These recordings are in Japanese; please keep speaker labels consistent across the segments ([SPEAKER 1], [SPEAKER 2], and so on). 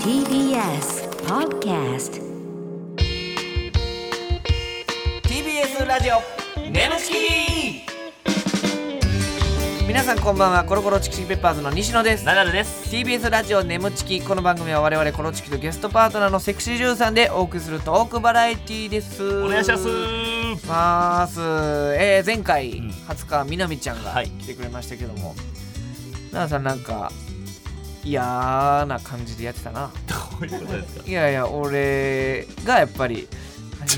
[SPEAKER 1] TBS Podcast
[SPEAKER 2] TBS ラジオネムチキ皆さんこんばんはコロコロチキチキペッパーズの西野です
[SPEAKER 3] ナダルです。
[SPEAKER 2] TBS ラジオネムチキこの番組は我々コロチキとゲストパートナーのセクシージュンさんでお送りするトークバラエティーです
[SPEAKER 3] お願いします。
[SPEAKER 2] ますえー、前回
[SPEAKER 3] ん
[SPEAKER 2] 20日みなみちゃんが
[SPEAKER 3] はい
[SPEAKER 2] 来てくれましたけども、なあさんなんか嫌な感じでやってたな
[SPEAKER 3] どういうことですか。
[SPEAKER 2] いやいや俺がやっぱり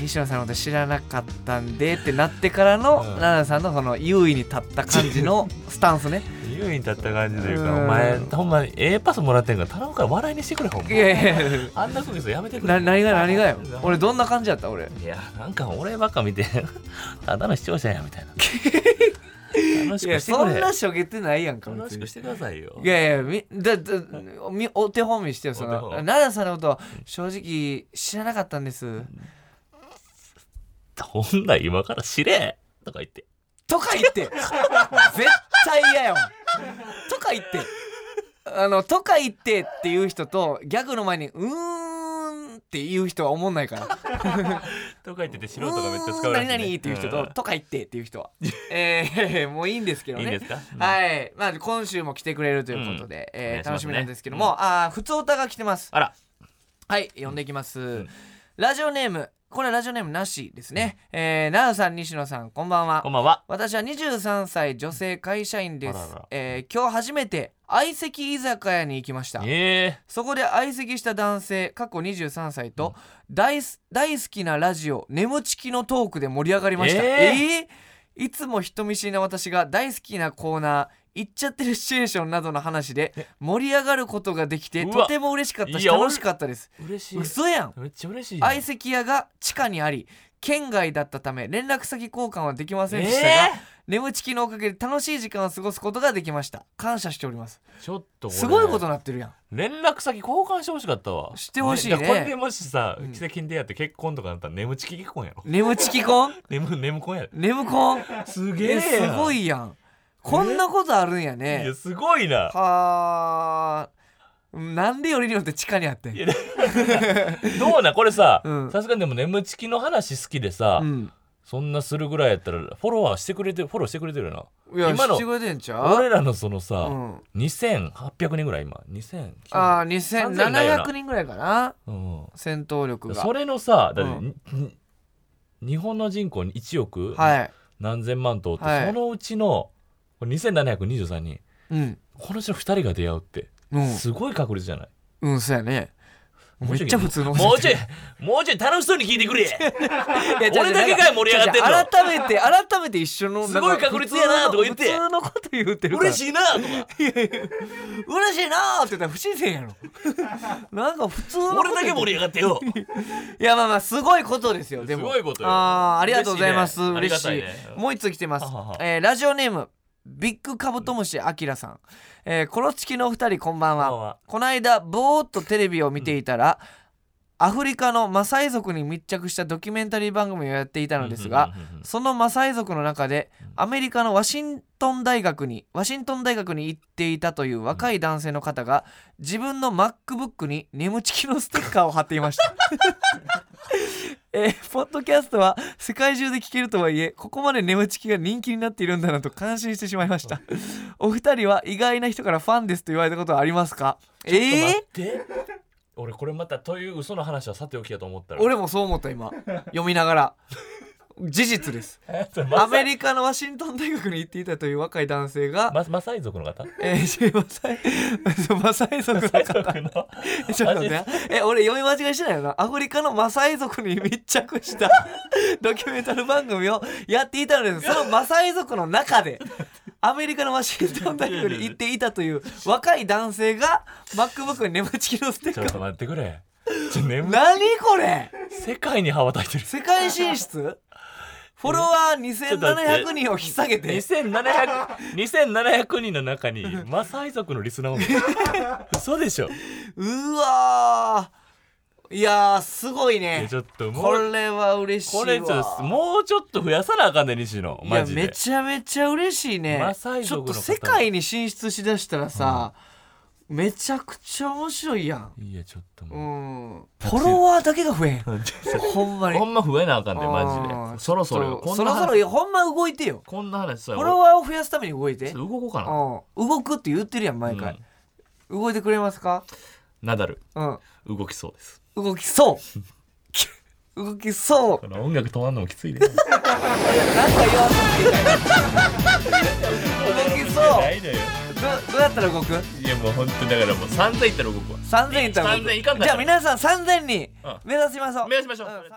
[SPEAKER 2] 西野さんのこと知らなかったんでってなってからの
[SPEAKER 3] うん
[SPEAKER 2] 奈々、さんのその優位に立った感じ のスタンスね
[SPEAKER 3] 優位に立った感じという
[SPEAKER 2] う
[SPEAKER 3] か、
[SPEAKER 2] ん
[SPEAKER 3] お前ほんまに A パスもらってんから頼むから笑いにしてくれほんま
[SPEAKER 2] い。やいやいや
[SPEAKER 3] あんな空気さやめてくれ。
[SPEAKER 2] な何が何がよ
[SPEAKER 3] 俺
[SPEAKER 2] 俺どんな感じやった俺
[SPEAKER 3] いやなんか俺ばっか見てただの視聴者やみたいな。楽し
[SPEAKER 2] い
[SPEAKER 3] く
[SPEAKER 2] や
[SPEAKER 3] してく
[SPEAKER 2] そん
[SPEAKER 3] れ。
[SPEAKER 2] なしょげてないやんか
[SPEAKER 3] 楽
[SPEAKER 2] 別
[SPEAKER 3] し
[SPEAKER 2] に
[SPEAKER 3] くしてくださいよ
[SPEAKER 2] い。やいやみだだみお手本見してよその
[SPEAKER 3] お手本
[SPEAKER 2] 奈々さんのこと正直知らなかったんです
[SPEAKER 3] ほんなら今から知れとか言って。
[SPEAKER 2] とか言って絶対嫌よとか言ってあのとか言ってっていう人とギャグの前にうーんっていう人は思んないから「
[SPEAKER 3] とか言ってて素
[SPEAKER 2] う
[SPEAKER 3] 人がめっちゃ使
[SPEAKER 2] ー
[SPEAKER 3] うんらしい
[SPEAKER 2] 何
[SPEAKER 3] ね。
[SPEAKER 2] 々」っていう人
[SPEAKER 3] う
[SPEAKER 2] と
[SPEAKER 3] ん
[SPEAKER 2] 「とか言って」っていう 人はえー、もういいんですけど
[SPEAKER 3] いい
[SPEAKER 2] ね
[SPEAKER 3] んですか。い。
[SPEAKER 2] はい、まあ、今週も来てくれるということで、
[SPEAKER 3] お
[SPEAKER 2] えー
[SPEAKER 3] 願いしますね
[SPEAKER 2] 楽しみなんですけども、ああ普通歌が来てます
[SPEAKER 3] あら。
[SPEAKER 2] はい読んでいきます、
[SPEAKER 3] ん
[SPEAKER 2] ラジオネームこれはラジオネームなしですね、えー、なおさん西野さんこんばんは
[SPEAKER 3] こんばんは。
[SPEAKER 2] 私は23歳女性会社員です
[SPEAKER 3] あらら
[SPEAKER 2] えー今日初めて相席居酒屋に行きました
[SPEAKER 3] え
[SPEAKER 2] そこで相席した男性過去23歳と大す大好きなラジオ「眠ちき」のトークで盛り上がりました
[SPEAKER 3] え
[SPEAKER 2] えーいつも人見知りな私が大好きなコーナー行っちゃってるシチュエーションなどの話で盛り上がることができて
[SPEAKER 3] うわ
[SPEAKER 2] とても嬉しかったし
[SPEAKER 3] いや俺
[SPEAKER 2] 楽しかったです
[SPEAKER 3] え嬉しい。
[SPEAKER 2] 嘘やん
[SPEAKER 3] めっちゃ嬉しいやん。
[SPEAKER 2] 相席屋が地下にあり県外だったため連絡先交換はできませんでしたが、
[SPEAKER 3] え
[SPEAKER 2] 眠ちきのおかげで楽しい時間を過ごすことができました感謝しております
[SPEAKER 3] ーちょっと俺
[SPEAKER 2] すごいことになってるやん
[SPEAKER 3] 連絡先交換してほしかったわ
[SPEAKER 2] してほしいね
[SPEAKER 3] だからこれでもしさ
[SPEAKER 2] うん
[SPEAKER 3] 奇跡に出会って結婚とかなったら眠ちき結婚やろ
[SPEAKER 2] 眠ちき婚
[SPEAKER 3] 眠眠婚やです
[SPEAKER 2] 眠婚
[SPEAKER 3] すげえ
[SPEAKER 2] え
[SPEAKER 3] や
[SPEAKER 2] すごいやんこんなことあるんや
[SPEAKER 3] いや
[SPEAKER 2] ね
[SPEAKER 3] すごいな
[SPEAKER 2] はあなんでよりによって地下にあってん
[SPEAKER 3] いやどうなこれさ
[SPEAKER 2] うん
[SPEAKER 3] さすがにでも眠ちきの話好きでさ、
[SPEAKER 2] うん
[SPEAKER 3] そんなするぐらいやったらフォロワーしてくれてフォローしてくれてるよ
[SPEAKER 2] いや
[SPEAKER 3] 今の
[SPEAKER 2] してくれてんちゃ
[SPEAKER 3] な
[SPEAKER 2] う
[SPEAKER 3] 俺らのそのさ、
[SPEAKER 2] うん
[SPEAKER 3] 2800人ぐらい今2000
[SPEAKER 2] ああ
[SPEAKER 3] 3000ないよな
[SPEAKER 2] 2700人ぐらいかな
[SPEAKER 3] うん
[SPEAKER 2] 戦闘力が
[SPEAKER 3] それのさだって、
[SPEAKER 2] うん
[SPEAKER 3] に日本の人口に1億、
[SPEAKER 2] はい
[SPEAKER 3] 何千万頭って、
[SPEAKER 2] はい
[SPEAKER 3] そのうちのこれ2723人
[SPEAKER 2] うん
[SPEAKER 3] このうちの2人が出会うって、
[SPEAKER 2] うん
[SPEAKER 3] すごい確率じゃない
[SPEAKER 2] うんそうやねめっちゃ普通の
[SPEAKER 3] もうちょいもうちょい楽しそうに聞いてくれ
[SPEAKER 2] いやじゃあ
[SPEAKER 3] 俺だけかい盛り上がってんの
[SPEAKER 2] じゃあ改めて改めて一緒の
[SPEAKER 3] すごい確率やなとか言って
[SPEAKER 2] 普通のこと言ってるから
[SPEAKER 3] 嬉
[SPEAKER 2] い
[SPEAKER 3] しいなとか
[SPEAKER 2] 嬉しいなーって言ったら不自然やろ なんか普通のこと
[SPEAKER 3] 俺だけ盛り上がってよ
[SPEAKER 2] いやまあまあすごいことですよでも
[SPEAKER 3] すごいことよ
[SPEAKER 2] あーありがとうございます嬉しい,、
[SPEAKER 3] 嬉しいねありがたいね
[SPEAKER 2] もう一つ来てます
[SPEAKER 3] ははは
[SPEAKER 2] えーラジオネームビッグカブトムシアキラさん、えー、コロチキのお二人こんばんは
[SPEAKER 3] こんばんは
[SPEAKER 2] この間ぼーっとテレビを見ていたら、アフリカのマサイ族に密着したドキュメンタリー番組をやっていたのですが、
[SPEAKER 3] うんうんうんうん
[SPEAKER 2] そのマサイ族の中でアメリカのワシントン大学にワシントン大学に行っていたという若い男性の方が自分の MacBook に眠ちきのステッカーを貼っていま した。えーポッドキャストは世界中で聞けるとはいえここまで眠ちきが人気になっているんだなと感心してしまいましたお二人は意外な人からファンですと言われたことはありますかえ
[SPEAKER 3] ちょっと待
[SPEAKER 2] ー、
[SPEAKER 3] って俺これまたという嘘の話はさておきやと思ったら
[SPEAKER 2] 俺もそう思った今読みながら事実です
[SPEAKER 3] えそれ
[SPEAKER 2] ア
[SPEAKER 3] マサ
[SPEAKER 2] メリカのワシントン大学に行っていたという若い男性が
[SPEAKER 3] ママサイ族 の方
[SPEAKER 2] えー、しマサイ、マサイ族の
[SPEAKER 3] マサイ族
[SPEAKER 2] 方。
[SPEAKER 3] の
[SPEAKER 2] ちょっとね、え、俺読み間違いしてないよな。アフリカのマサイ族に密着した ドキュメンタル番組をやっていたのです。そのマサイ族の中で、アメリカのワシントン大学に行っていたという若い男性が、MacBook に眠ちきのステッ
[SPEAKER 3] ちょっ
[SPEAKER 2] カ
[SPEAKER 3] と
[SPEAKER 2] ー。
[SPEAKER 3] 待ってくれちょ眠
[SPEAKER 2] 何これ
[SPEAKER 3] 世界に羽ばたいてる
[SPEAKER 2] 世界 進出フォロワー2700人を引っ提げて、
[SPEAKER 3] 2700 2700人の 中にマサイ族のリスナーもいる嘘でしょ
[SPEAKER 2] うわー。いやー、すごい
[SPEAKER 3] いや
[SPEAKER 2] ね
[SPEAKER 3] ち。ょっとも
[SPEAKER 2] こ
[SPEAKER 3] う
[SPEAKER 2] れは嬉しいわ
[SPEAKER 3] これちょっともうちょっと増やさなあかんね西野
[SPEAKER 2] いや
[SPEAKER 3] マジで
[SPEAKER 2] めちゃめちゃ嬉しいね
[SPEAKER 3] マサイ
[SPEAKER 2] ちょっ
[SPEAKER 3] 族の
[SPEAKER 2] と
[SPEAKER 3] 方
[SPEAKER 2] 世界に進出しだしたらさ、めちゃくちゃ面白いやん
[SPEAKER 3] いやちょっと
[SPEAKER 2] う
[SPEAKER 3] も
[SPEAKER 2] んフォロワーだけが増え んほんまに
[SPEAKER 3] うほんま増えなあかんでマ
[SPEAKER 2] あ
[SPEAKER 3] ジ
[SPEAKER 2] ー
[SPEAKER 3] でそろそろよ
[SPEAKER 2] ちょっと
[SPEAKER 3] こん
[SPEAKER 2] そ
[SPEAKER 3] な
[SPEAKER 2] ろそ
[SPEAKER 3] 話
[SPEAKER 2] ろいやほんま動いてよ
[SPEAKER 3] こんな話さ
[SPEAKER 2] フォロワーを増やすために動い
[SPEAKER 3] 俺
[SPEAKER 2] て
[SPEAKER 3] ちょっと動こうかな
[SPEAKER 2] うん動くって言ってるやん毎回、動いてくれますか
[SPEAKER 3] うんナダル
[SPEAKER 2] うん
[SPEAKER 3] 動きそうです
[SPEAKER 2] 動きそう 動きそう
[SPEAKER 3] この音楽止まんのもきついね
[SPEAKER 2] なんか言わんとしてたよ動きそう
[SPEAKER 3] いのよ
[SPEAKER 2] どどうやったら動く
[SPEAKER 3] いやもう本当にだからもう3000いったら動くわ
[SPEAKER 2] 3000いったら動く
[SPEAKER 3] 3000いかんかったら
[SPEAKER 2] じゃあ皆さん3000人
[SPEAKER 3] うん
[SPEAKER 2] 目指しましょう
[SPEAKER 3] 目指しましょう
[SPEAKER 2] うん3000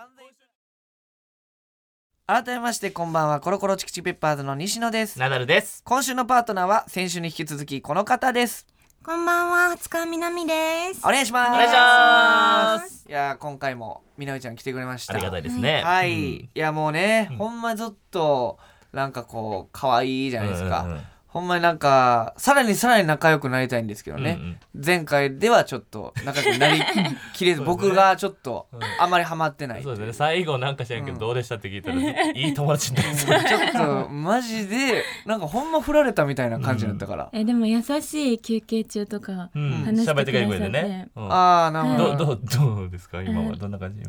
[SPEAKER 2] 改めましてこんばんはコロコロチキチキペッパーズの西野です
[SPEAKER 3] ナダルです
[SPEAKER 2] 今週のパートナーは先週に引き続きこの方です
[SPEAKER 4] こんばんは、塚みなみです。
[SPEAKER 2] お願いします
[SPEAKER 3] お願いします
[SPEAKER 2] いやー今回もみなみちゃん来てくれました
[SPEAKER 3] ありがたいですね
[SPEAKER 2] はい、
[SPEAKER 3] うん
[SPEAKER 2] いやもうね、
[SPEAKER 3] うん
[SPEAKER 2] ほんまちょっとなんかこう可愛いじゃないですか、
[SPEAKER 3] うんうんうん
[SPEAKER 2] ほんまになんかさらにさらに仲良くなりたいんですけどね、
[SPEAKER 3] うん
[SPEAKER 2] 前回ではちょっと仲良く なりきれず、
[SPEAKER 3] そうですね
[SPEAKER 2] 僕がちょっと
[SPEAKER 3] うん
[SPEAKER 2] あまりハマってない、
[SPEAKER 3] そ
[SPEAKER 2] ち
[SPEAKER 3] う
[SPEAKER 2] ょ
[SPEAKER 3] ですね最後なんか知らんけ
[SPEAKER 2] うん
[SPEAKER 3] どどうでしたって聞いたら いい友達になりそう
[SPEAKER 2] っとマジでなんかほんま振られたみたいな感じだったから、
[SPEAKER 4] え、でも優しい休憩中とか。
[SPEAKER 3] うん
[SPEAKER 4] 話して
[SPEAKER 3] 喋ってくれる声でねうん
[SPEAKER 2] ああなるほ
[SPEAKER 3] ど
[SPEAKER 2] ど
[SPEAKER 3] うどうどうですか今
[SPEAKER 4] う
[SPEAKER 3] は
[SPEAKER 4] ん
[SPEAKER 3] どんな感じ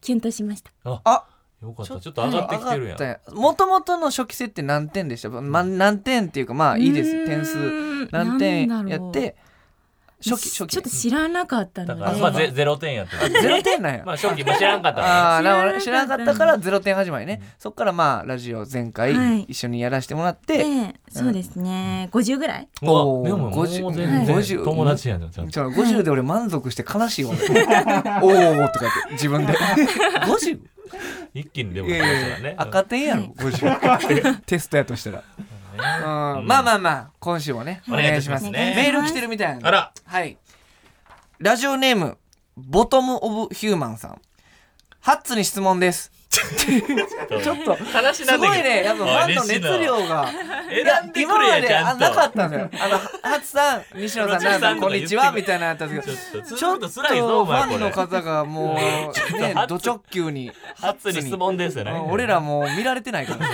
[SPEAKER 4] キュンとしました。
[SPEAKER 2] あ
[SPEAKER 3] よかっ
[SPEAKER 2] ちょったと
[SPEAKER 3] ちょっと上がってきてるやん
[SPEAKER 2] もともとの初期設定何点でした、ま、何点っていうかまあいいです点数
[SPEAKER 4] 数
[SPEAKER 2] 何点やって初期
[SPEAKER 4] ちょ
[SPEAKER 2] 初
[SPEAKER 4] っと
[SPEAKER 2] 期
[SPEAKER 4] 知らなかった
[SPEAKER 3] だ
[SPEAKER 4] ので。
[SPEAKER 3] からまあゼゼロ点やったから
[SPEAKER 2] ゼロ点なんや
[SPEAKER 3] まあ正直も知らんかったから
[SPEAKER 2] あー
[SPEAKER 4] 知ら
[SPEAKER 2] な
[SPEAKER 4] な
[SPEAKER 2] るほ
[SPEAKER 4] かった
[SPEAKER 2] ど知らなかったから0点始まりね、そっからまあラジオ前
[SPEAKER 4] は
[SPEAKER 2] 回
[SPEAKER 4] い
[SPEAKER 2] 一緒にやらせてもらって、
[SPEAKER 4] で、そうですね、50ぐらい。
[SPEAKER 3] うわ
[SPEAKER 2] おー
[SPEAKER 3] でももう全
[SPEAKER 2] 50
[SPEAKER 3] 然友達やんちゃんと
[SPEAKER 2] ちょ50で俺満足して悲 しいわ、おおとか言って自分で 50?
[SPEAKER 3] 一気にでも
[SPEAKER 2] いやい
[SPEAKER 3] そう
[SPEAKER 2] やい
[SPEAKER 3] だ
[SPEAKER 2] や
[SPEAKER 3] ね
[SPEAKER 2] 赤点やろ
[SPEAKER 4] はい
[SPEAKER 2] 50テストやとしたら、うんまあまあまあ今週もねお
[SPEAKER 3] お願いい
[SPEAKER 2] 願い
[SPEAKER 3] た
[SPEAKER 2] し
[SPEAKER 3] し
[SPEAKER 2] ま
[SPEAKER 3] ますすね
[SPEAKER 2] メール来てるみたいなんで
[SPEAKER 3] あら
[SPEAKER 2] はいラジオネームボトム・オブ・ヒューマンさんハッツに質問です
[SPEAKER 3] ちょっ
[SPEAKER 2] ちょっと
[SPEAKER 3] 話
[SPEAKER 2] すごいねやっぱファンの熱量がいや
[SPEAKER 3] 選んで
[SPEAKER 2] 今
[SPEAKER 3] くれ
[SPEAKER 2] ま
[SPEAKER 3] や
[SPEAKER 2] で
[SPEAKER 3] ち
[SPEAKER 2] あ
[SPEAKER 3] ゃんと
[SPEAKER 2] なかったのよあのハツさん西野さんなんだこんにちはみたいなのやったんですけど
[SPEAKER 3] ちょっと
[SPEAKER 2] ち
[SPEAKER 3] ち
[SPEAKER 2] ょ
[SPEAKER 3] ょ
[SPEAKER 2] っ
[SPEAKER 3] っ
[SPEAKER 2] と
[SPEAKER 3] と
[SPEAKER 2] フ
[SPEAKER 3] 辛いぞお前
[SPEAKER 2] ァ
[SPEAKER 3] こ
[SPEAKER 2] ンの
[SPEAKER 3] れ
[SPEAKER 2] 方がもうね
[SPEAKER 3] ハツ
[SPEAKER 2] ド直球に
[SPEAKER 3] 初に質問ですよね
[SPEAKER 2] うん俺らもう見られてない から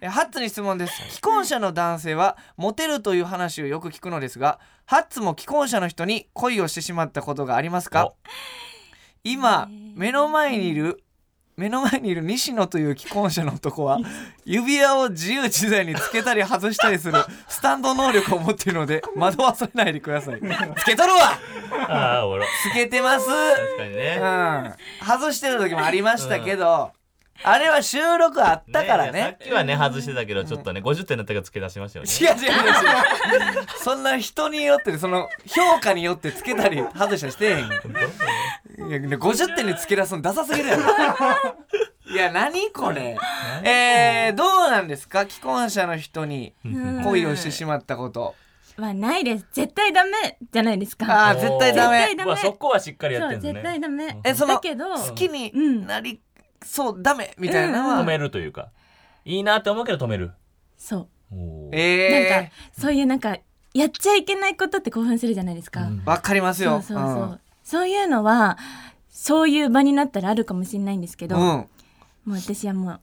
[SPEAKER 2] えハッツに質問です既婚者の男性はモテるという話をよく聞くのですがハッツも既婚者の人に恋をしてしまったことがありますか
[SPEAKER 3] お
[SPEAKER 2] 今目の前にいる目の前にいる西野という既婚者の男は指輪を自由自在につけたり外したりするスタンド能力を持っているので惑わされないでくださいつけとるわ
[SPEAKER 3] ああおもろ
[SPEAKER 2] つけてます
[SPEAKER 3] 確かにね
[SPEAKER 2] うん、外してる時もありましたけど、あれは収録あったから
[SPEAKER 3] さっ
[SPEAKER 2] ね。
[SPEAKER 3] きはね外してたけどちょっとね50点だったから付け出しましたよね
[SPEAKER 2] 違う違う違う違うそんな人によってねその評価によってつけたり外したりしてへんよいや50点でつけ出すのダサすぎるやろいや何これえー、どうなんですか既婚者の人に
[SPEAKER 4] うん
[SPEAKER 2] 恋をしてしまったこと
[SPEAKER 4] はないです。絶対ダメじゃないです
[SPEAKER 2] あ
[SPEAKER 4] か。
[SPEAKER 2] ー絶対ダメ
[SPEAKER 4] 絶対ダメ
[SPEAKER 3] うわそこはしっかりやって
[SPEAKER 4] そう、
[SPEAKER 3] んです
[SPEAKER 4] 絶
[SPEAKER 3] ね
[SPEAKER 4] 対ダメ。
[SPEAKER 2] えその
[SPEAKER 4] だけど。
[SPEAKER 2] 好きになりそうダメみたいなのは、
[SPEAKER 3] 止めるというかいいなって思うけど止める
[SPEAKER 4] そう。
[SPEAKER 3] おー
[SPEAKER 2] え
[SPEAKER 4] なんか、そういうなんか、やっちゃいけないことって興奮するじゃないですか。
[SPEAKER 3] うん
[SPEAKER 2] ー、わかります
[SPEAKER 4] そ
[SPEAKER 2] よ
[SPEAKER 4] うそうそう。そういうのは、そういう場になったらあるかもしれないんですけど。
[SPEAKER 2] うんうん
[SPEAKER 4] もう私はもう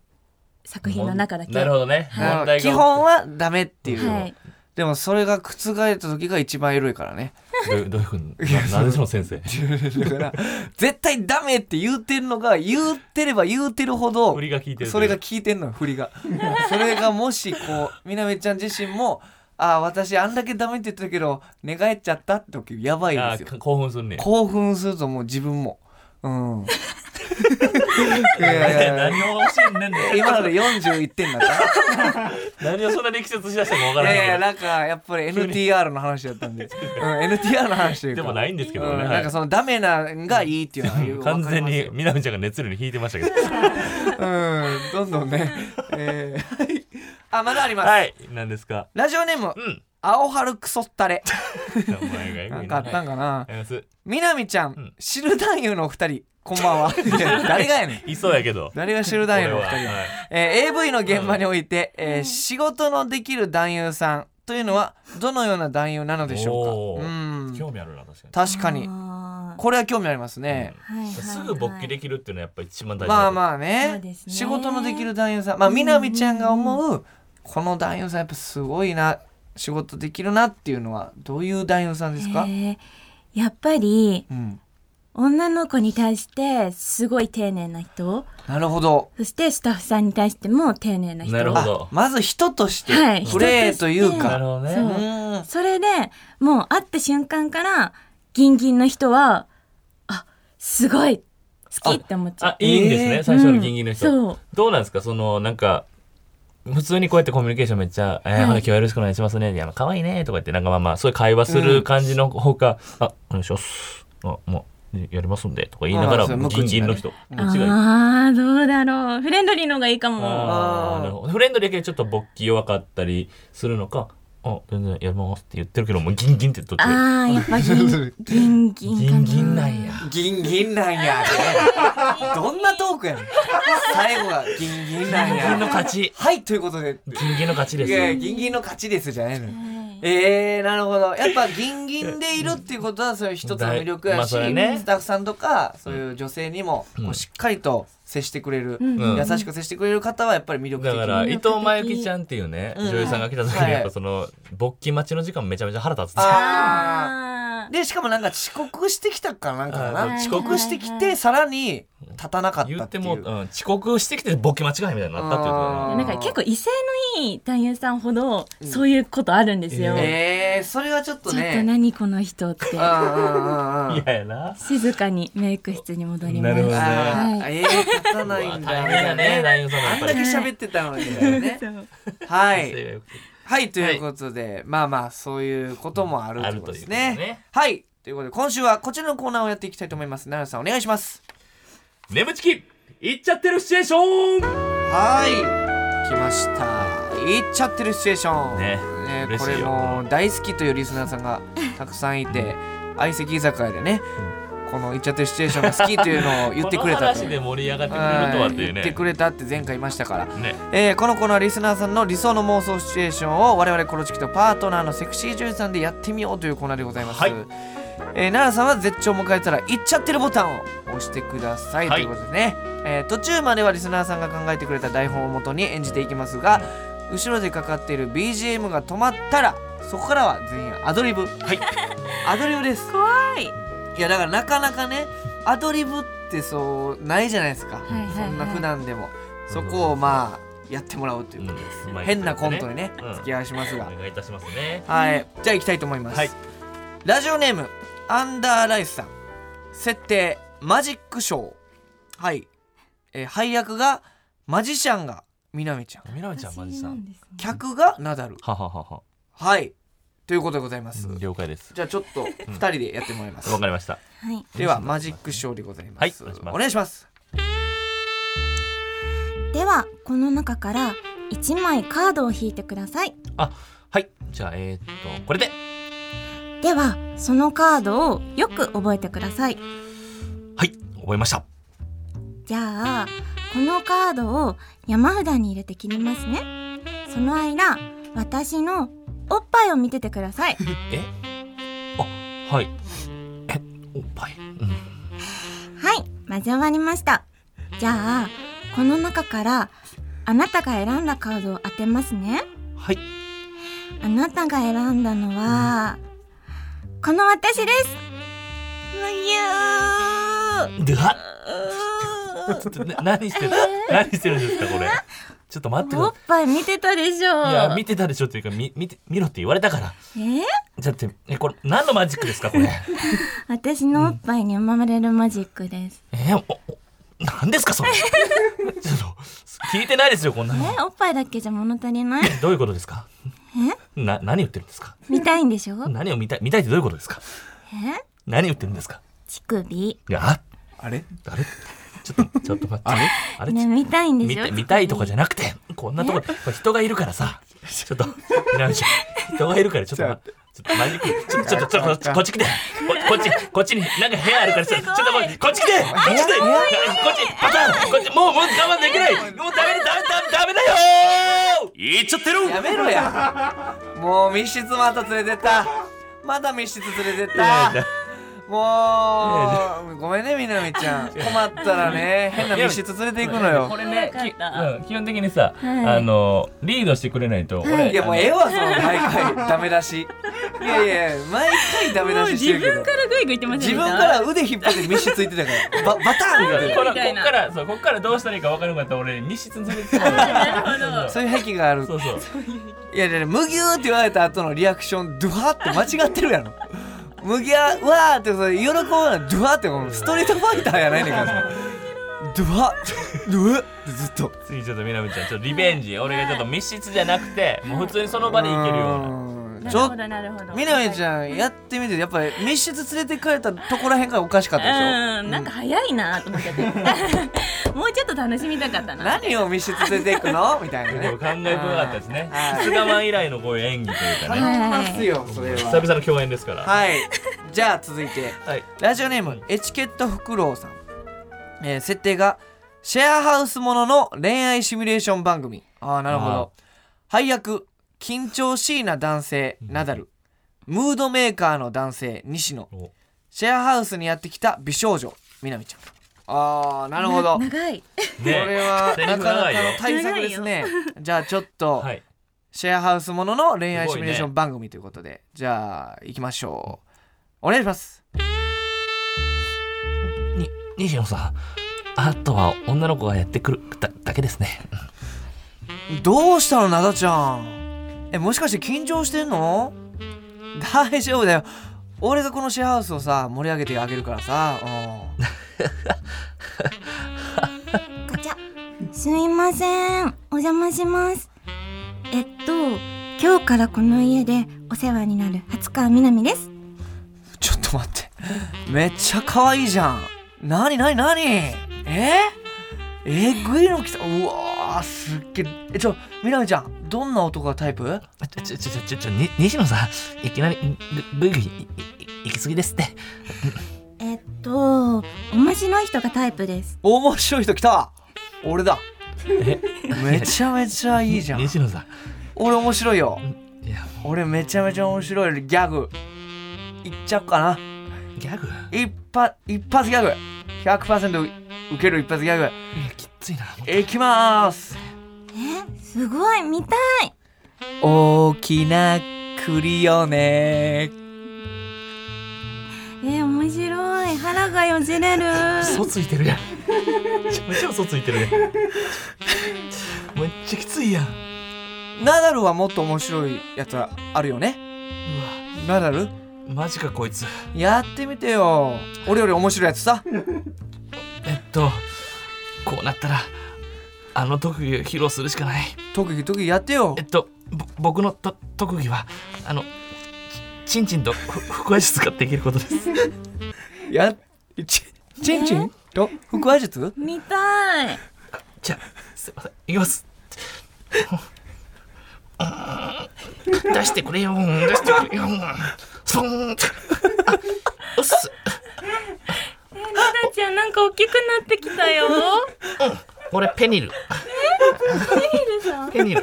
[SPEAKER 4] 作品の中だけ
[SPEAKER 3] なるほどね
[SPEAKER 2] なるほ
[SPEAKER 3] 問
[SPEAKER 2] ど
[SPEAKER 3] 題が
[SPEAKER 2] 基本はダメっていう、
[SPEAKER 4] はい、
[SPEAKER 2] でもそれが覆った時が一番エロいからね
[SPEAKER 3] どうどういうふうにななんでその先生
[SPEAKER 2] だから絶対ダメって言うてるのが言うてれば言うてるほど
[SPEAKER 3] 振りが効いてる
[SPEAKER 2] それが効いてんのよ振りが それがもしこうみなみちゃん自身もああ私あんだけダメって言ってたけど寝返っちゃったって時やばいで
[SPEAKER 3] ああ
[SPEAKER 2] すよ
[SPEAKER 3] ー興奮するね
[SPEAKER 2] 興奮するともう自分もうんいやいやいや
[SPEAKER 3] 何を欲しいんねんねん
[SPEAKER 2] 今ので41点だった
[SPEAKER 3] 何をそんなに力説しだしたか分か
[SPEAKER 2] い
[SPEAKER 3] ら
[SPEAKER 2] やい
[SPEAKER 3] な
[SPEAKER 2] や
[SPEAKER 3] いけ
[SPEAKER 2] なんかやっぱり NTR の話だったん で、うん、NTR の話という
[SPEAKER 3] ど
[SPEAKER 2] か
[SPEAKER 3] でもないんですけ
[SPEAKER 2] う
[SPEAKER 3] ど
[SPEAKER 2] ん
[SPEAKER 3] ね
[SPEAKER 2] なんかそのダメなんがいいっていうのは
[SPEAKER 3] はい完全にみなみちゃんが熱量に引いてましたけ
[SPEAKER 2] う
[SPEAKER 3] ど
[SPEAKER 2] んどんどん ね、えーはいあまだあります、
[SPEAKER 3] はい何ですか
[SPEAKER 2] ラジオネーム
[SPEAKER 3] うん
[SPEAKER 2] 青春クソったれ
[SPEAKER 3] 名前がエ
[SPEAKER 2] な
[SPEAKER 3] グ
[SPEAKER 2] ん
[SPEAKER 3] い
[SPEAKER 2] かあ
[SPEAKER 3] な
[SPEAKER 2] ったんかな
[SPEAKER 3] あります
[SPEAKER 2] みなみちゃん、
[SPEAKER 3] ん
[SPEAKER 2] シルダンユのお二人こんば んはいや誰がやねん
[SPEAKER 3] いそうやけど
[SPEAKER 2] 誰がシルダンユのお二人
[SPEAKER 3] 俺
[SPEAKER 2] や
[SPEAKER 3] ははい
[SPEAKER 2] えー AV の現場において、えー仕事のできる男優さんというのはどのような男優なのでしょう
[SPEAKER 3] お
[SPEAKER 2] か
[SPEAKER 3] ー
[SPEAKER 2] うん
[SPEAKER 3] 興味あるな確かに
[SPEAKER 2] 確かに
[SPEAKER 4] あー
[SPEAKER 2] これは興味ありますね、
[SPEAKER 4] はいはいはい
[SPEAKER 3] すぐ勃起できるっていうのはやっぱ一番大事
[SPEAKER 2] まあ
[SPEAKER 3] あ
[SPEAKER 2] まあ
[SPEAKER 4] そ
[SPEAKER 2] ね
[SPEAKER 4] うですね
[SPEAKER 2] 仕事のできる男優さんまあみなみちゃんが思うこの男優さんやっぱすごいな仕事できるなっていうのはどういう男優さんですか、
[SPEAKER 4] へえやっぱり
[SPEAKER 2] うん、
[SPEAKER 4] 女の子に対してすごい丁寧な人
[SPEAKER 2] なるほど
[SPEAKER 4] そしてスタッフさんに対しても丁寧な人
[SPEAKER 3] なるほど
[SPEAKER 2] あまず人として
[SPEAKER 4] はい
[SPEAKER 2] プレーという
[SPEAKER 3] なる
[SPEAKER 2] か、
[SPEAKER 3] ほどね。
[SPEAKER 4] そううん
[SPEAKER 2] うん
[SPEAKER 4] それでもう会った瞬間からギンギンの人はあすごい好きって思っちゃう
[SPEAKER 3] あ、いいんですね、
[SPEAKER 2] えー
[SPEAKER 3] 最初のギンギンの人。
[SPEAKER 4] うんそう
[SPEAKER 3] どうなんですかその、なんか、普通にこうやってコミュニケーションめっちゃ、えー、
[SPEAKER 4] はい
[SPEAKER 3] ほな今日はよろしくお願いしますね。いや、可愛いね。とか言って、なんかまあまあ、そういう会話する感じのほか、あ、お願いします。あ、もう、やりますんで。とか言いなが
[SPEAKER 2] あ
[SPEAKER 3] ら、
[SPEAKER 2] そう無口な
[SPEAKER 3] ギン
[SPEAKER 2] ね
[SPEAKER 3] ギンの人。こっちがいい。
[SPEAKER 4] あーどうだろうフレンドリーの方がいいかも
[SPEAKER 3] あーなるほどフレンドリーだけどちょっと勃起弱かったりするのか、あ、全然やりますって言ってるけど、もうギンギンって取って。
[SPEAKER 4] あーやっぱギンギンギン
[SPEAKER 3] ギ
[SPEAKER 4] かな
[SPEAKER 3] ンギンなんや。
[SPEAKER 2] ギンギンなんや ねどんなトークやねん最後がギンギンなん
[SPEAKER 3] ギンギン
[SPEAKER 2] や
[SPEAKER 3] の勝ち。
[SPEAKER 2] はいということで
[SPEAKER 3] ギンギンの勝ちで
[SPEAKER 2] い
[SPEAKER 3] す
[SPEAKER 2] やいや
[SPEAKER 3] よ。
[SPEAKER 2] ギンギンの勝ちですじゃないのよ
[SPEAKER 4] はい
[SPEAKER 2] えー、なるほどやっぱギンギンでいるっていうことはそれ一つの魅力
[SPEAKER 3] ま
[SPEAKER 2] や
[SPEAKER 3] あ
[SPEAKER 2] し、
[SPEAKER 3] それね
[SPEAKER 2] スタッフさんとかそういう女性にもこうしっかりと接してくれる、
[SPEAKER 3] ん
[SPEAKER 2] 優しく接してくれる方はやっぱり魅力
[SPEAKER 3] だ
[SPEAKER 2] 的
[SPEAKER 3] から
[SPEAKER 4] うん
[SPEAKER 3] 伊藤真由紀ちゃんっていうね、
[SPEAKER 2] うん
[SPEAKER 3] 女優さんが来た時
[SPEAKER 2] は
[SPEAKER 3] に
[SPEAKER 2] い
[SPEAKER 3] やっぱその勃起待ちの時間めちゃめちゃ腹立つんですよ
[SPEAKER 2] あ
[SPEAKER 4] あ
[SPEAKER 2] ーでしかもなんか遅刻してきたかなんかか
[SPEAKER 3] あー
[SPEAKER 2] な
[SPEAKER 3] 遅
[SPEAKER 2] 遅
[SPEAKER 3] 刻
[SPEAKER 2] 刻してきてさらに立たなかったっていう
[SPEAKER 3] 言っても、うん、遅刻してきて勃起間違いみたいになったっていう
[SPEAKER 4] ー
[SPEAKER 2] あ
[SPEAKER 3] こ
[SPEAKER 4] なんか結構威勢のいい男優さんほどそういうことあるんですよ、
[SPEAKER 3] うん
[SPEAKER 2] えー、それはちょっと
[SPEAKER 4] ちょっ
[SPEAKER 2] ね
[SPEAKER 4] と何この人って
[SPEAKER 2] うんうんうん
[SPEAKER 3] と
[SPEAKER 2] うん
[SPEAKER 3] 嫌やな。
[SPEAKER 4] 静かにメイク室に戻りま
[SPEAKER 3] なるほど
[SPEAKER 4] す
[SPEAKER 2] あ
[SPEAKER 4] は
[SPEAKER 2] ーえー、立たないんだ
[SPEAKER 3] 大変やね、男優さんもや
[SPEAKER 2] あ
[SPEAKER 3] っ
[SPEAKER 2] ん
[SPEAKER 3] ぱ
[SPEAKER 2] だ
[SPEAKER 3] り
[SPEAKER 2] け。喋ってたのにだよねはいはい、ということで、まあまあ、そういうこともあると
[SPEAKER 3] あ
[SPEAKER 2] い
[SPEAKER 3] る
[SPEAKER 2] うことと
[SPEAKER 3] いう
[SPEAKER 2] で
[SPEAKER 3] こ
[SPEAKER 2] す
[SPEAKER 3] と
[SPEAKER 2] ね。
[SPEAKER 3] ね。
[SPEAKER 2] はい、ということで、今週はこちらのコーナーをやっていきたいと思います。奈良さん、お願いします。
[SPEAKER 3] 眠ちき行っちゃってるシチュエーション
[SPEAKER 2] はい、来ました。言っちゃってるシチュエーション。
[SPEAKER 3] ね嬉
[SPEAKER 2] こ
[SPEAKER 3] しい
[SPEAKER 2] れ
[SPEAKER 3] よ
[SPEAKER 2] もう大好きというリスナーさんがたくさんいて、相席居酒屋でね、この言っちゃってるシチュエーションが好きというのを言ってくれた
[SPEAKER 3] この
[SPEAKER 2] と。
[SPEAKER 3] 話で盛り上がってくれるとは
[SPEAKER 2] は
[SPEAKER 3] っ
[SPEAKER 2] い
[SPEAKER 3] ていう
[SPEAKER 2] 言って
[SPEAKER 3] ね。
[SPEAKER 2] くれたって前回言いましたから。
[SPEAKER 3] ね。
[SPEAKER 2] えーこのコーナーはリスナーさんの理想の妄想シチュエーションを我々コロチキとパートナーのセクシー女優さんでやってみようというコーナーでございます、
[SPEAKER 3] はい
[SPEAKER 2] えー奈良さんは絶頂を迎えたら「行っちゃってる」ボタンを押してください、
[SPEAKER 3] はい
[SPEAKER 2] ということでね、えー途中まではリスナーさんが考えてくれた台本をもとに演じていきますが後ろでかかっている BGM が止まったらそこからは全員アドリブ
[SPEAKER 3] はい。
[SPEAKER 2] アドリブです
[SPEAKER 4] 怖い
[SPEAKER 2] いやだからなかなかねアドリブってそうないじゃないですか、
[SPEAKER 4] いはいはい
[SPEAKER 2] そんな普段でもそこをまあやってもらうということで
[SPEAKER 3] うん
[SPEAKER 2] 変なコントにね、
[SPEAKER 3] うん
[SPEAKER 2] 付き合いします
[SPEAKER 3] お
[SPEAKER 2] が、
[SPEAKER 3] 願いいたしますね。
[SPEAKER 2] はいじゃあ行きたいと思います、
[SPEAKER 3] はい
[SPEAKER 2] ラジオネームアンダーライスさん設定マジックショーはい、えー配役がマジシャンがみなみちゃん
[SPEAKER 3] みなみちゃんマジさん。
[SPEAKER 2] 客がナダル
[SPEAKER 3] はははは。
[SPEAKER 2] はいということでございます、
[SPEAKER 3] 了解です。
[SPEAKER 2] じゃあちょっと2人でやってもらいます、
[SPEAKER 3] わかりました。
[SPEAKER 4] はい
[SPEAKER 2] ではマジックショーでございます、
[SPEAKER 3] はい
[SPEAKER 2] お願いします
[SPEAKER 4] ではこの中から1枚カードを引いてください
[SPEAKER 3] あ、はい。じゃあ、えー、っと、これで。
[SPEAKER 4] ではそのカードをよく覚えてください
[SPEAKER 3] はい。覚えました。
[SPEAKER 4] じゃあこのカードを山札に入れて切りますねその間私のおっぱいを見ててください
[SPEAKER 3] えあ、はい。え、おっぱい。うん。
[SPEAKER 4] はい混ぜ終わりましたじゃあこの中からあなたが選んだカードを当てますね
[SPEAKER 3] はい。
[SPEAKER 4] あなたが選んだのは、この私です
[SPEAKER 3] では
[SPEAKER 4] むぎゅー
[SPEAKER 3] ちょっと、な何してる、何してるんですか、これ。ちょっと待ってく
[SPEAKER 4] おっ
[SPEAKER 3] だ
[SPEAKER 4] ぱい見てたでしょ
[SPEAKER 3] さい。いや、見てたでしょっていうか、み、見て、見ろって言われたから。
[SPEAKER 4] えー
[SPEAKER 3] だって、え、これ、何のマジックですか、 これ。
[SPEAKER 4] 私のおっぱいに生まれるマジックです、
[SPEAKER 3] えお、お、何ですか、 それ。ちょっと、聞いてないですよ、こんなの。
[SPEAKER 4] えおっぱいだけじゃ物足りない
[SPEAKER 3] どういうことですか。な、何言ってるんですか。
[SPEAKER 4] 見たいんで しょ
[SPEAKER 3] 何を見たい、見たいってどういうことですか。
[SPEAKER 4] え
[SPEAKER 3] 何言ってるんですか。
[SPEAKER 4] 乳首
[SPEAKER 3] いや、
[SPEAKER 2] あれ
[SPEAKER 3] あれちょっと、ちょっと待って。あれあれ、
[SPEAKER 4] ね見たいんで
[SPEAKER 3] 見
[SPEAKER 4] しょ
[SPEAKER 3] た見たいとかじゃなくてこんなとここれ人がいるからさちょっとみなみちゃん人がいるからちょっと待ってちょっとマジックちょっとちょっとちょっとこっち来てここっちこっちになんか部屋あるからちょっとちょっとこっちこっち来てこっち来てこっちパターンこっちもうもう我慢できないもうダメだダメだダメだよー言っちゃってる
[SPEAKER 2] やめろ やもう密室また連れてったまだ密室連れてっ
[SPEAKER 3] いや
[SPEAKER 2] た
[SPEAKER 3] いや
[SPEAKER 2] もうごめんねみなみちゃん困ったらね変な密室連れていくのよ
[SPEAKER 3] これねき
[SPEAKER 5] よかった
[SPEAKER 3] うん基本的にさ、
[SPEAKER 4] はい
[SPEAKER 3] あのリードしてくれないと俺
[SPEAKER 2] いやもうええわその毎回ダメ出しいやいや毎回ダメ
[SPEAKER 5] もう
[SPEAKER 2] 出しし
[SPEAKER 5] 自
[SPEAKER 2] てるけど
[SPEAKER 5] 分からグイグイ言ってました
[SPEAKER 2] 自分から腕引っ張って密室行ってた からババターン言って
[SPEAKER 3] この
[SPEAKER 5] み
[SPEAKER 3] こ
[SPEAKER 5] たい
[SPEAKER 3] っ
[SPEAKER 5] な
[SPEAKER 3] からそうこっからどうしたらいいか分からなかったら俺密室に連れてっても
[SPEAKER 5] な
[SPEAKER 3] ら
[SPEAKER 2] たそういう癖がある
[SPEAKER 3] そうそう
[SPEAKER 2] いやいや無牛って言われた後のリアクションドゥハって間違ってるやろ 無牛はうわーってそれ喜ぶのはドゥハってもうストリートファイターやない ねんからドゥハドゥハってずっと
[SPEAKER 3] 次ちょっとみなみちゃんちょっとリベンジ俺がちょっと密室じゃなくてもう普通にその場でいけるような
[SPEAKER 2] うん
[SPEAKER 5] る
[SPEAKER 2] ちょ
[SPEAKER 5] ほ
[SPEAKER 2] っと
[SPEAKER 5] どなるほど
[SPEAKER 2] みなみちゃんやってみてやっぱり密室連れてかれたとこらへんからおかしかったでしょ
[SPEAKER 5] うんなんか早いなと思っちゃってもうちょっと楽しみたかったな
[SPEAKER 2] 何を密室連れていくのみたいな
[SPEAKER 3] で
[SPEAKER 2] ね
[SPEAKER 3] も考えてなかったですね
[SPEAKER 2] はい
[SPEAKER 3] 菅マン以来のこういう演技というか
[SPEAKER 2] 頼
[SPEAKER 3] ね
[SPEAKER 2] みますよそれ
[SPEAKER 3] 久
[SPEAKER 2] は
[SPEAKER 3] 々の共演ですから
[SPEAKER 2] はいじゃあ続いて
[SPEAKER 3] はい
[SPEAKER 2] ラジオネーム、
[SPEAKER 3] うん
[SPEAKER 2] エチケットフクロウさん、えー設定がシェアハウスものの恋愛シミュレーション番組ああなるほど配役緊張しいな男性ナダルムードメーカーの男性西野
[SPEAKER 3] お
[SPEAKER 2] シェアハウスにやってきた美少女みなみちゃんああなるほどこ
[SPEAKER 4] 長い
[SPEAKER 3] ね
[SPEAKER 2] れは
[SPEAKER 3] セリ
[SPEAKER 2] な
[SPEAKER 3] フ
[SPEAKER 2] かな
[SPEAKER 3] 長
[SPEAKER 2] か
[SPEAKER 3] い
[SPEAKER 2] の
[SPEAKER 3] よ
[SPEAKER 2] 対策ですねじゃあちょっと、
[SPEAKER 3] はい
[SPEAKER 2] シェアハウスものの恋愛シミュレーション番組ということで、じゃあ行きましょうお願いします
[SPEAKER 3] に西野さんあとは女の子がやってくるだだけですね
[SPEAKER 2] どうしたのなだちゃんえもしかして緊張してんの大丈夫だよ俺がこのシェアハウスをさ盛り上げてあげるからさうん
[SPEAKER 4] ガチャ。すいません。お邪魔します。えっと、今日からこの家でお世話になる初川みなみです。
[SPEAKER 2] ちょっと待ってめっちゃ可愛いじゃんなになになにええぐいの来たうわーすっげええちょみなみちゃんどんな男がタイプ
[SPEAKER 3] あちょちょちょちょちょに西野さんいきなりぐぐいぐいいい行き過ぎですって
[SPEAKER 4] えっと、面白い人がタイプです。
[SPEAKER 2] 面白い人来た俺だ
[SPEAKER 3] え
[SPEAKER 2] めちゃめちゃ いいじゃん
[SPEAKER 3] 西野さ
[SPEAKER 2] 俺面白いよ
[SPEAKER 3] んいや
[SPEAKER 2] 俺めちゃめちゃ面白いギャグいっちゃおうかな
[SPEAKER 3] ギャグい
[SPEAKER 2] 一発一発ギャグ100%受ける一発ギャグ
[SPEAKER 3] やきついなもう
[SPEAKER 2] いきまーす
[SPEAKER 4] え、すごい、見たい。
[SPEAKER 2] 大きな栗よね
[SPEAKER 4] え、面白い。腹がよじれる。
[SPEAKER 3] 嘘ついてるやんめちゃめちゃ嘘ついてるやんめっちゃきついやんうわ
[SPEAKER 2] ナダルはもっと面白いやつあるよねナダル
[SPEAKER 3] マジかこいつ
[SPEAKER 2] やってみてよ俺より面白いやつさ
[SPEAKER 3] えっとこうなったらあの特技を披露するしかない
[SPEAKER 2] 特技特技やってよ
[SPEAKER 3] えっとぼ僕のと特技はあのちちんちんとふ腹話術ができることです
[SPEAKER 2] やちちんちんと腹話術
[SPEAKER 4] 見たい。
[SPEAKER 3] じゃあすいませんいきますうん出してくれよ出してくれよそんあうっす
[SPEAKER 5] なだちゃんなんか大きくなってきたよ
[SPEAKER 3] 俺ペニルペニルさんペニル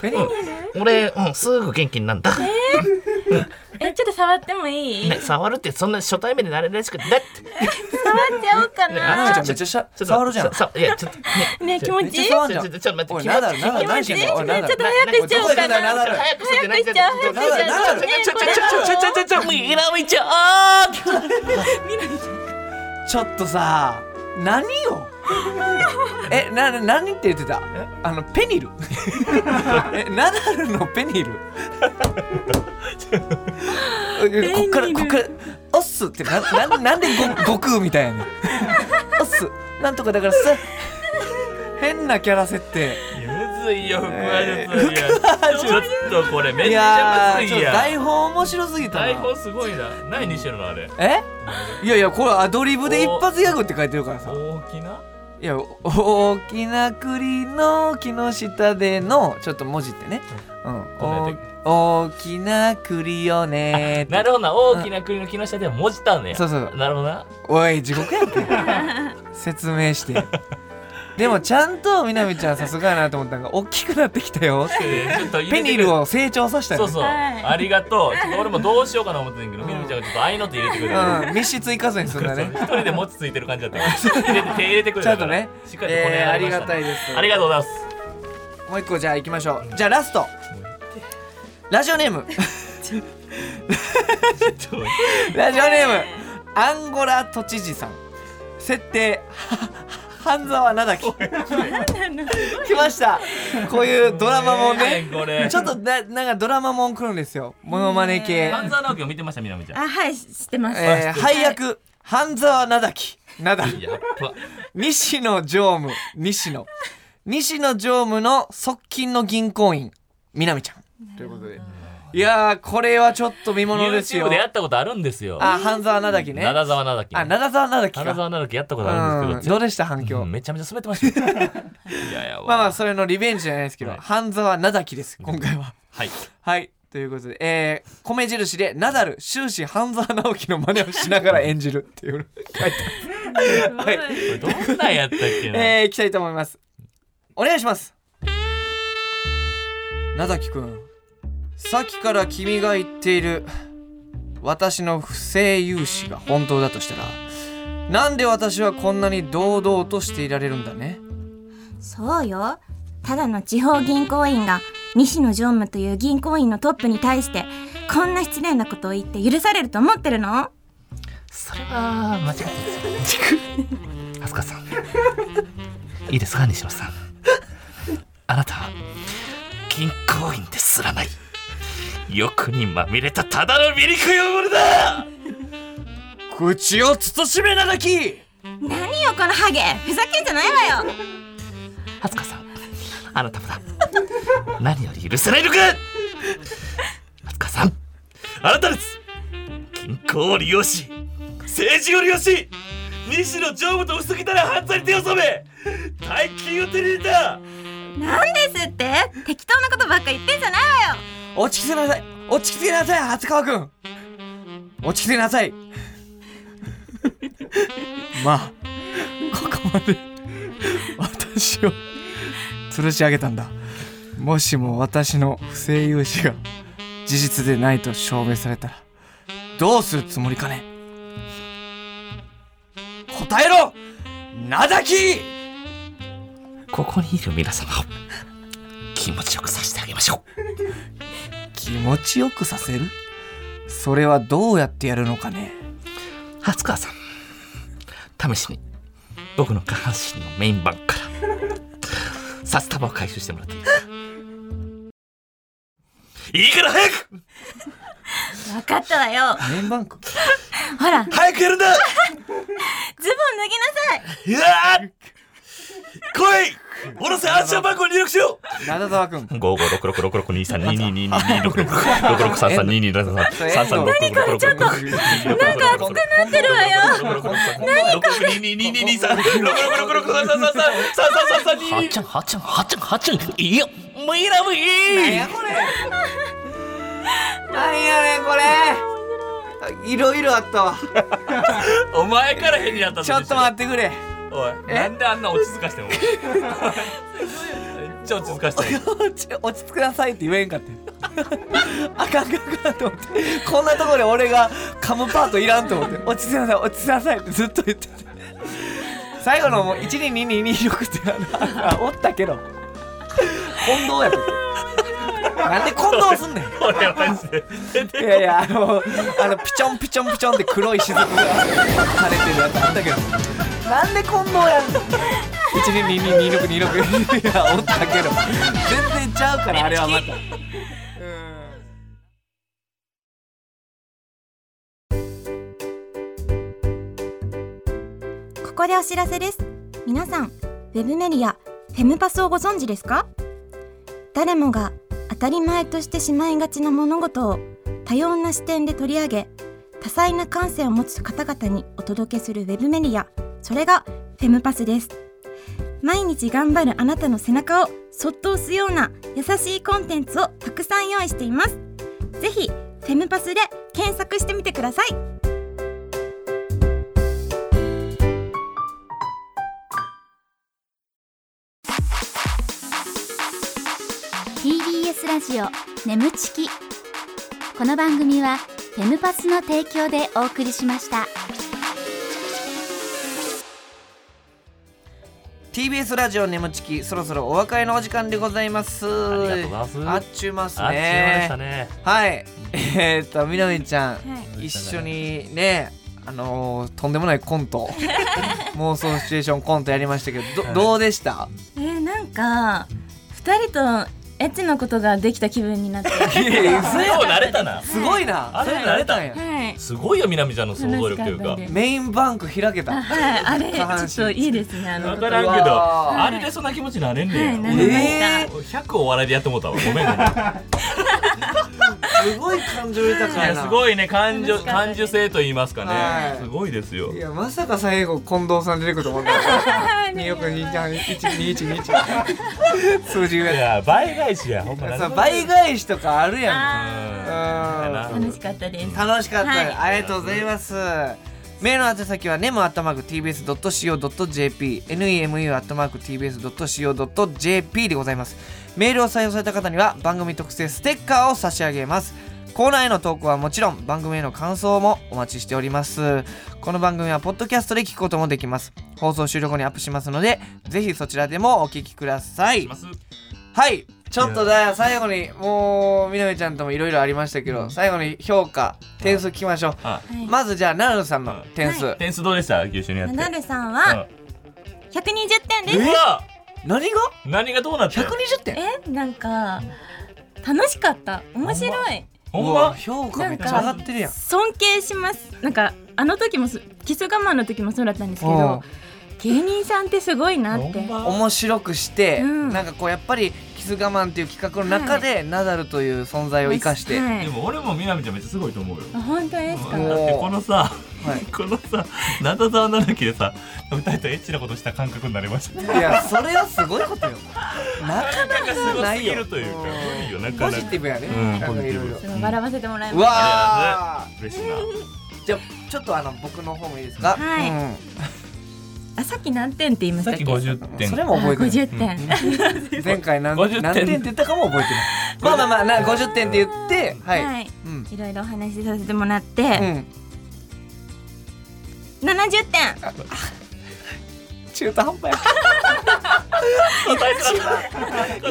[SPEAKER 2] ペニー
[SPEAKER 3] うん俺、うん、すぐ元気になるんだ、
[SPEAKER 5] えちょっと触ってもいい
[SPEAKER 3] ね、触るってそんな初対面で慣れらしくてだって
[SPEAKER 5] 触っちゃおうか
[SPEAKER 3] ね
[SPEAKER 5] な
[SPEAKER 2] ナダルちゃ
[SPEAKER 3] あ
[SPEAKER 2] んめっちゃしゃ
[SPEAKER 3] ちょっと
[SPEAKER 2] 触るじゃん
[SPEAKER 3] ささいやちょっとね
[SPEAKER 5] ね気持
[SPEAKER 2] めっち
[SPEAKER 5] ち
[SPEAKER 2] ゃ
[SPEAKER 5] いい
[SPEAKER 2] 触るじゃん
[SPEAKER 3] ちょちょちょっと待って
[SPEAKER 2] おい
[SPEAKER 3] 気持ち
[SPEAKER 2] ナダルナダル何してんだよおいナダル
[SPEAKER 5] ちょっと早くしちゃおうかな
[SPEAKER 2] ナダル
[SPEAKER 3] 早くして
[SPEAKER 5] 早くしちゃう
[SPEAKER 3] ちょっと
[SPEAKER 5] 早くしちゃう
[SPEAKER 3] ナダル
[SPEAKER 5] ねえ
[SPEAKER 3] ちょちょちょちょちょちょちょちょみなみちゃんあー
[SPEAKER 2] ちょっとさ何よえな何って言ってた
[SPEAKER 3] え
[SPEAKER 2] あのペニルえナダルのペニルえこっからこっから「オス」ってなななんでご悟空みたいやねんオスなんとかだからさ変なキャラ設定
[SPEAKER 3] むずいよ腹話術、
[SPEAKER 2] え
[SPEAKER 3] いやちょっとこれめっ
[SPEAKER 2] い
[SPEAKER 3] ち
[SPEAKER 2] や
[SPEAKER 3] ゃむ
[SPEAKER 2] ー
[SPEAKER 3] ず
[SPEAKER 2] ちょっ
[SPEAKER 3] い
[SPEAKER 2] と
[SPEAKER 3] やん
[SPEAKER 2] 台本面白すぎたな
[SPEAKER 3] 台本すごいな何にしてるのあれ
[SPEAKER 2] えいやいやこれアドリブで一発ギャグって書いてるからさ
[SPEAKER 3] 大きない
[SPEAKER 2] やお大きな栗の木の下でのちょっと文字ってね、うん、お大きな栗よね
[SPEAKER 3] なるほどな大きな国の木下では文字たんねや
[SPEAKER 2] そうそう
[SPEAKER 3] なるほどな
[SPEAKER 2] おい地獄やんけ説明してでもちゃんとみなみちゃんさすがやなと思ったのが大きくなってきたよ
[SPEAKER 3] でちょっと入れてくれ
[SPEAKER 2] ペニルを成長させたよね
[SPEAKER 3] そうそう、
[SPEAKER 5] はい
[SPEAKER 3] ありがとうちょっと俺もどうしようかな思ってんけど、みなみちゃんがちょっと合いの手入れてくれて、
[SPEAKER 2] うん、密室行かずに済んだね
[SPEAKER 3] 一人で餅ついてる感じだったから入れて手入れてくれ
[SPEAKER 2] ちゃ
[SPEAKER 3] た
[SPEAKER 2] んと
[SPEAKER 3] から
[SPEAKER 2] ね
[SPEAKER 3] しっかりとこ
[SPEAKER 2] え
[SPEAKER 3] れ
[SPEAKER 2] ーあ
[SPEAKER 3] や
[SPEAKER 2] り
[SPEAKER 3] りま
[SPEAKER 2] が
[SPEAKER 3] した
[SPEAKER 2] た
[SPEAKER 3] ね
[SPEAKER 2] いです
[SPEAKER 3] ありがとうございます
[SPEAKER 2] もう一個じゃあ行きましょうじゃあラストラジオネーム
[SPEAKER 3] ちょっと
[SPEAKER 2] ラジオネームアンゴラ都知事さん設定 は半沢なだ き来ましたこういうドラマも ね
[SPEAKER 3] これ
[SPEAKER 2] ちょっとななんかドラマもん来るんですよモノマネ系、
[SPEAKER 3] 半沢直樹を見てましたみなみちゃん
[SPEAKER 5] あはい知ってます、
[SPEAKER 2] えー、配役半沢なだきなだ
[SPEAKER 3] やっぱ
[SPEAKER 2] 西野常務西野西野常務の側近の銀行員南ちゃんということでいやーこれはちょっと見ものですよ
[SPEAKER 3] YouTube でやったことあるんですよ
[SPEAKER 2] あ半沢なだきね
[SPEAKER 3] 灘沢なだき
[SPEAKER 2] あ灘沢なだき
[SPEAKER 3] 灘
[SPEAKER 2] か
[SPEAKER 3] 沢なだきやったことあるん
[SPEAKER 2] う
[SPEAKER 3] で
[SPEAKER 2] ん
[SPEAKER 3] すけど
[SPEAKER 2] どうでした反響、
[SPEAKER 3] うんめちゃめちゃ滑ってましたよいやいや
[SPEAKER 2] まあまあ
[SPEAKER 3] わ
[SPEAKER 2] それのリベンジじゃないですけど、
[SPEAKER 3] はい
[SPEAKER 2] 半沢なだきです今回は
[SPEAKER 3] はい
[SPEAKER 2] はいということで、えー、米印でナダル終始半沢直樹の真似をしながら演じるっていうの書いてあるはい
[SPEAKER 3] これどんなんやったっけな
[SPEAKER 2] えー、いきたいと思いますお願いしますなだきくんさっきから君が言っている私の不正融資が本当だとしたらなんで私はこんなに堂々としていられるんだね
[SPEAKER 4] そうよただの地方銀行員が西野常務という銀行員のトップに対してこんな失礼なことを言って許されると思ってるの
[SPEAKER 3] それは間違ってますよ。あすかさん。いいですか、西野さん。あなたは銀行員ですらない。欲にまみれたただの醜い汚れだ。
[SPEAKER 2] 口を慎めなだき
[SPEAKER 4] 何よこのハゲふざけんじゃないわよ
[SPEAKER 3] あすかさん、あなたもだ。何より許せないのか。あすかさん、あなたです。銀行を利用し、政治を利用し、西野常務と薄汚い犯罪に手を染め、大金を手に入れた。
[SPEAKER 4] なんですって適当なことばっか言ってんじゃないわよ
[SPEAKER 2] 落ち着きなさい落ち着きなさい初川くん落ち着きなさい まあここまで 私を 吊るし上げたんだもしも私の不正融資が 事実でないと証明されたらどうするつもりかね答えろなだき
[SPEAKER 3] ここにいる皆様を気持ちよくさせてあげましょう
[SPEAKER 2] 気持ちよくさせるそれはどうやってやるのかね
[SPEAKER 3] 初川さん試しに僕の下半身のメインバンクから札束を回収してもらっていいですかいいから早く
[SPEAKER 5] 分かったわよ
[SPEAKER 2] メインバンク
[SPEAKER 4] ほらズ
[SPEAKER 3] 早くやるんだうわ
[SPEAKER 4] ボン脱ぎなさい
[SPEAKER 3] ー来いおろせ暗証番号入力しよう
[SPEAKER 2] 灘沢くん
[SPEAKER 3] 五五六六六六二三二二二二六六六六三三二二七三三三六六六六六
[SPEAKER 2] なんか熱くなってるわよ。
[SPEAKER 3] 何これ二二二二二三六六六六三三三三三三三三二。はちゃんはちゃんはちゃんはちゃん。いや、もういいなもう
[SPEAKER 2] 何
[SPEAKER 3] いい
[SPEAKER 2] や。これ。何やねんこれ。いろいろあったわ。
[SPEAKER 3] お前から変になった
[SPEAKER 2] ち
[SPEAKER 3] ぞ。
[SPEAKER 2] ょっと待ってくれ。
[SPEAKER 3] おい、なんであんな落ち着かしてんの。めっちゃ落ち着かしてんの。
[SPEAKER 2] 落ち 落ち着くなさいって言えんかって。 あかんあかんあかんと思って。こんなところで俺が噛むパートいらんと思って。落ち着きなさい落ち着きなさいってずっと言ってて。最後のもう一二二二二六ってあのあおったけど。近藤やった。なんで近藤すんねん。
[SPEAKER 3] 俺はマジで。
[SPEAKER 2] いやいやあのあのピチョンピチョンピチョンって黒い雫がされてるやつなんだけどなんでこんなやんの12222626いやおったけど全然ちゃうからあれはまた
[SPEAKER 4] ここでお知らせです皆さんウェブメディアフェムパスをご存知ですか誰もが当たり前としてしまいがちな物事を多様な視点で取り上げ多彩な感性を持つ方々にお届けするウェブメディアそれがフェムパスです毎日頑張るあなたの背中をそっと押すような優しいコンテンツをたくさん用意していますぜひフェムパスで検索してみてください
[SPEAKER 6] ラジオ眠ちきこの番組はフェムパスの提供でお送りしました
[SPEAKER 2] TBS ラジオ眠ちきそろそろお別れのお時間でございます
[SPEAKER 3] ありがとうございます
[SPEAKER 2] あっちゅうます
[SPEAKER 3] あっちゅうまし
[SPEAKER 2] ね
[SPEAKER 3] たね。
[SPEAKER 2] はいえー、っとみなみちゃん
[SPEAKER 5] はい
[SPEAKER 2] 一緒にねあのーとんでもないコント 妄想シチュエーションコントやりましたけどどどうでした
[SPEAKER 5] えー、なんか二人とエッチなことができた気分になって
[SPEAKER 2] いやいや
[SPEAKER 3] それを慣れたな。
[SPEAKER 2] すごいな
[SPEAKER 3] あれ
[SPEAKER 2] そなれんや
[SPEAKER 5] はい
[SPEAKER 3] すごいよ、みなみちゃんの想像力というか
[SPEAKER 5] 楽しかった。です
[SPEAKER 2] メインバンク開けた
[SPEAKER 5] はいあれ
[SPEAKER 2] 下半身
[SPEAKER 5] ちょっといいですねあの
[SPEAKER 3] わ
[SPEAKER 5] こ
[SPEAKER 3] か
[SPEAKER 5] と
[SPEAKER 3] らんけ
[SPEAKER 2] う
[SPEAKER 3] ど、
[SPEAKER 2] わ
[SPEAKER 3] あれでそんな気持ちになれんねん。
[SPEAKER 5] はい
[SPEAKER 2] え
[SPEAKER 5] なれ
[SPEAKER 2] え
[SPEAKER 3] 俺100お笑いでやってもうたわ。ごめんごめん。い
[SPEAKER 2] ー、すごい感情豊かや
[SPEAKER 3] や
[SPEAKER 2] な
[SPEAKER 3] すごいね、感情、
[SPEAKER 5] 楽しかった
[SPEAKER 3] 感
[SPEAKER 5] です
[SPEAKER 3] 受性と言いますか
[SPEAKER 2] はい
[SPEAKER 3] ね。すごいですよ
[SPEAKER 2] い。やまさか最後近藤さん出てくると思うん だよ2億2 3 1 2 1 2数字
[SPEAKER 3] い
[SPEAKER 2] 上
[SPEAKER 3] や、倍返しや、ほんま
[SPEAKER 2] さ倍返しとかあるやん
[SPEAKER 5] あ
[SPEAKER 2] う
[SPEAKER 5] ー
[SPEAKER 2] ん
[SPEAKER 5] 楽しかったです
[SPEAKER 2] 楽しかった、
[SPEAKER 5] はい
[SPEAKER 2] ありがとうございますメールの宛先は nemu.tbs.co.jp nemu.tbs.co.jp でございますメールを採用された方には番組特製ステッカーを差し上げますコーナーへの投稿はもちろん番組への感想もお待ちしておりますこの番組はポッドキャストで聞くこともできます放送終了後にアップしますのでぜひそちらでもお聞きください
[SPEAKER 3] す。
[SPEAKER 2] はいちょっとだ最後にもうみなみちゃんともいろいろありましたけど、最後に評価点数聞きましょう、
[SPEAKER 3] あ
[SPEAKER 5] はい
[SPEAKER 2] まずじゃあナルさんの点数、
[SPEAKER 3] 点数どうでした九州にやって。
[SPEAKER 4] ナルさん
[SPEAKER 3] うん
[SPEAKER 4] は120点です
[SPEAKER 3] うわ
[SPEAKER 2] 何が
[SPEAKER 3] 何がどうなったよ
[SPEAKER 2] ?120 点
[SPEAKER 5] えなんか楽しかった面白い
[SPEAKER 3] ほん
[SPEAKER 2] うわ
[SPEAKER 3] ま
[SPEAKER 2] 評価めっちゃ上がってるやん
[SPEAKER 5] 尊敬しますなんかあの時もそキス我慢の時もそうだったんですけ
[SPEAKER 2] うん
[SPEAKER 5] ど芸人さんってすごいな
[SPEAKER 3] ほ
[SPEAKER 5] って
[SPEAKER 3] んま
[SPEAKER 2] 面白くして、
[SPEAKER 5] うん
[SPEAKER 2] なんかこうやっぱりキス我慢っていう企画の中で、ナダルという存在を生かして、
[SPEAKER 5] はい
[SPEAKER 3] でも俺もみなみちゃんめっちゃすごいと思うよ。
[SPEAKER 5] あ本当ですか
[SPEAKER 3] うんだってこのさ、
[SPEAKER 2] はい
[SPEAKER 3] このさ、なだざわなだきでさ、二人とエッチなことした感覚になりました。
[SPEAKER 2] いやそれはすごいことよなかなか
[SPEAKER 3] すご
[SPEAKER 2] な
[SPEAKER 3] す
[SPEAKER 2] い
[SPEAKER 3] ぎ
[SPEAKER 2] よ
[SPEAKER 3] るというか、いいよ、なか
[SPEAKER 2] ポ
[SPEAKER 3] な
[SPEAKER 2] ジ
[SPEAKER 3] か。
[SPEAKER 2] ティブやね、
[SPEAKER 3] うん
[SPEAKER 2] なんかいろい
[SPEAKER 3] ポジティブ
[SPEAKER 2] ろ
[SPEAKER 5] ちょっと笑わせてもらいうまし
[SPEAKER 2] わー
[SPEAKER 3] 嬉しいな。
[SPEAKER 2] じゃあちょっとあの僕の方もいいですか、
[SPEAKER 5] はいたあさっき何点って言いまし
[SPEAKER 3] さ
[SPEAKER 5] たっ
[SPEAKER 3] っき
[SPEAKER 5] け
[SPEAKER 3] 50
[SPEAKER 2] うん、
[SPEAKER 3] 点。
[SPEAKER 2] それも覚えてない
[SPEAKER 5] 50点、
[SPEAKER 2] 前回何
[SPEAKER 3] 50点
[SPEAKER 2] 何点って言ったかも覚えてないまあまあまあな50 点って言ってはい、
[SPEAKER 5] はい
[SPEAKER 2] うん
[SPEAKER 5] いろいろお話しさせてもらっ
[SPEAKER 2] う
[SPEAKER 5] て、
[SPEAKER 2] ん
[SPEAKER 5] 70点
[SPEAKER 2] 中途半端
[SPEAKER 3] 答えづらい答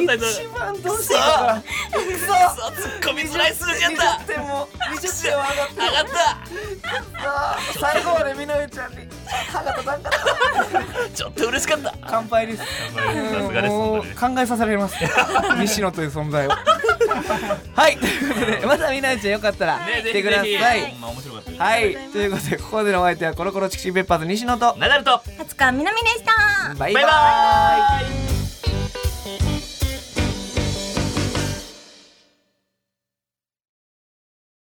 [SPEAKER 2] や
[SPEAKER 3] えづらい
[SPEAKER 2] 一番どうしていいのかなくそ
[SPEAKER 3] ツッコミづらい数字やっ
[SPEAKER 2] 20
[SPEAKER 3] た
[SPEAKER 2] 点も20点は上がって
[SPEAKER 3] 上がった
[SPEAKER 2] た最後までみのりちゃんに歯が立たんかった
[SPEAKER 3] ちょっと嬉しかった
[SPEAKER 2] 乾杯です
[SPEAKER 3] さすがです
[SPEAKER 2] も
[SPEAKER 3] 本
[SPEAKER 2] う
[SPEAKER 3] 当に
[SPEAKER 2] 考えさせられます 西野という存在をはいということでまたみのりちゃんよかったら来
[SPEAKER 3] ねぜ
[SPEAKER 2] て
[SPEAKER 3] ひ
[SPEAKER 2] くだ
[SPEAKER 3] ぜ
[SPEAKER 2] さい、
[SPEAKER 3] ひほんま面白かったです
[SPEAKER 2] はい、ということでここでのお相手はコロコロチキシーペッパーズ西野と
[SPEAKER 3] ナダルと
[SPEAKER 4] 20日南でした
[SPEAKER 2] バイバイ
[SPEAKER 3] バイバーイ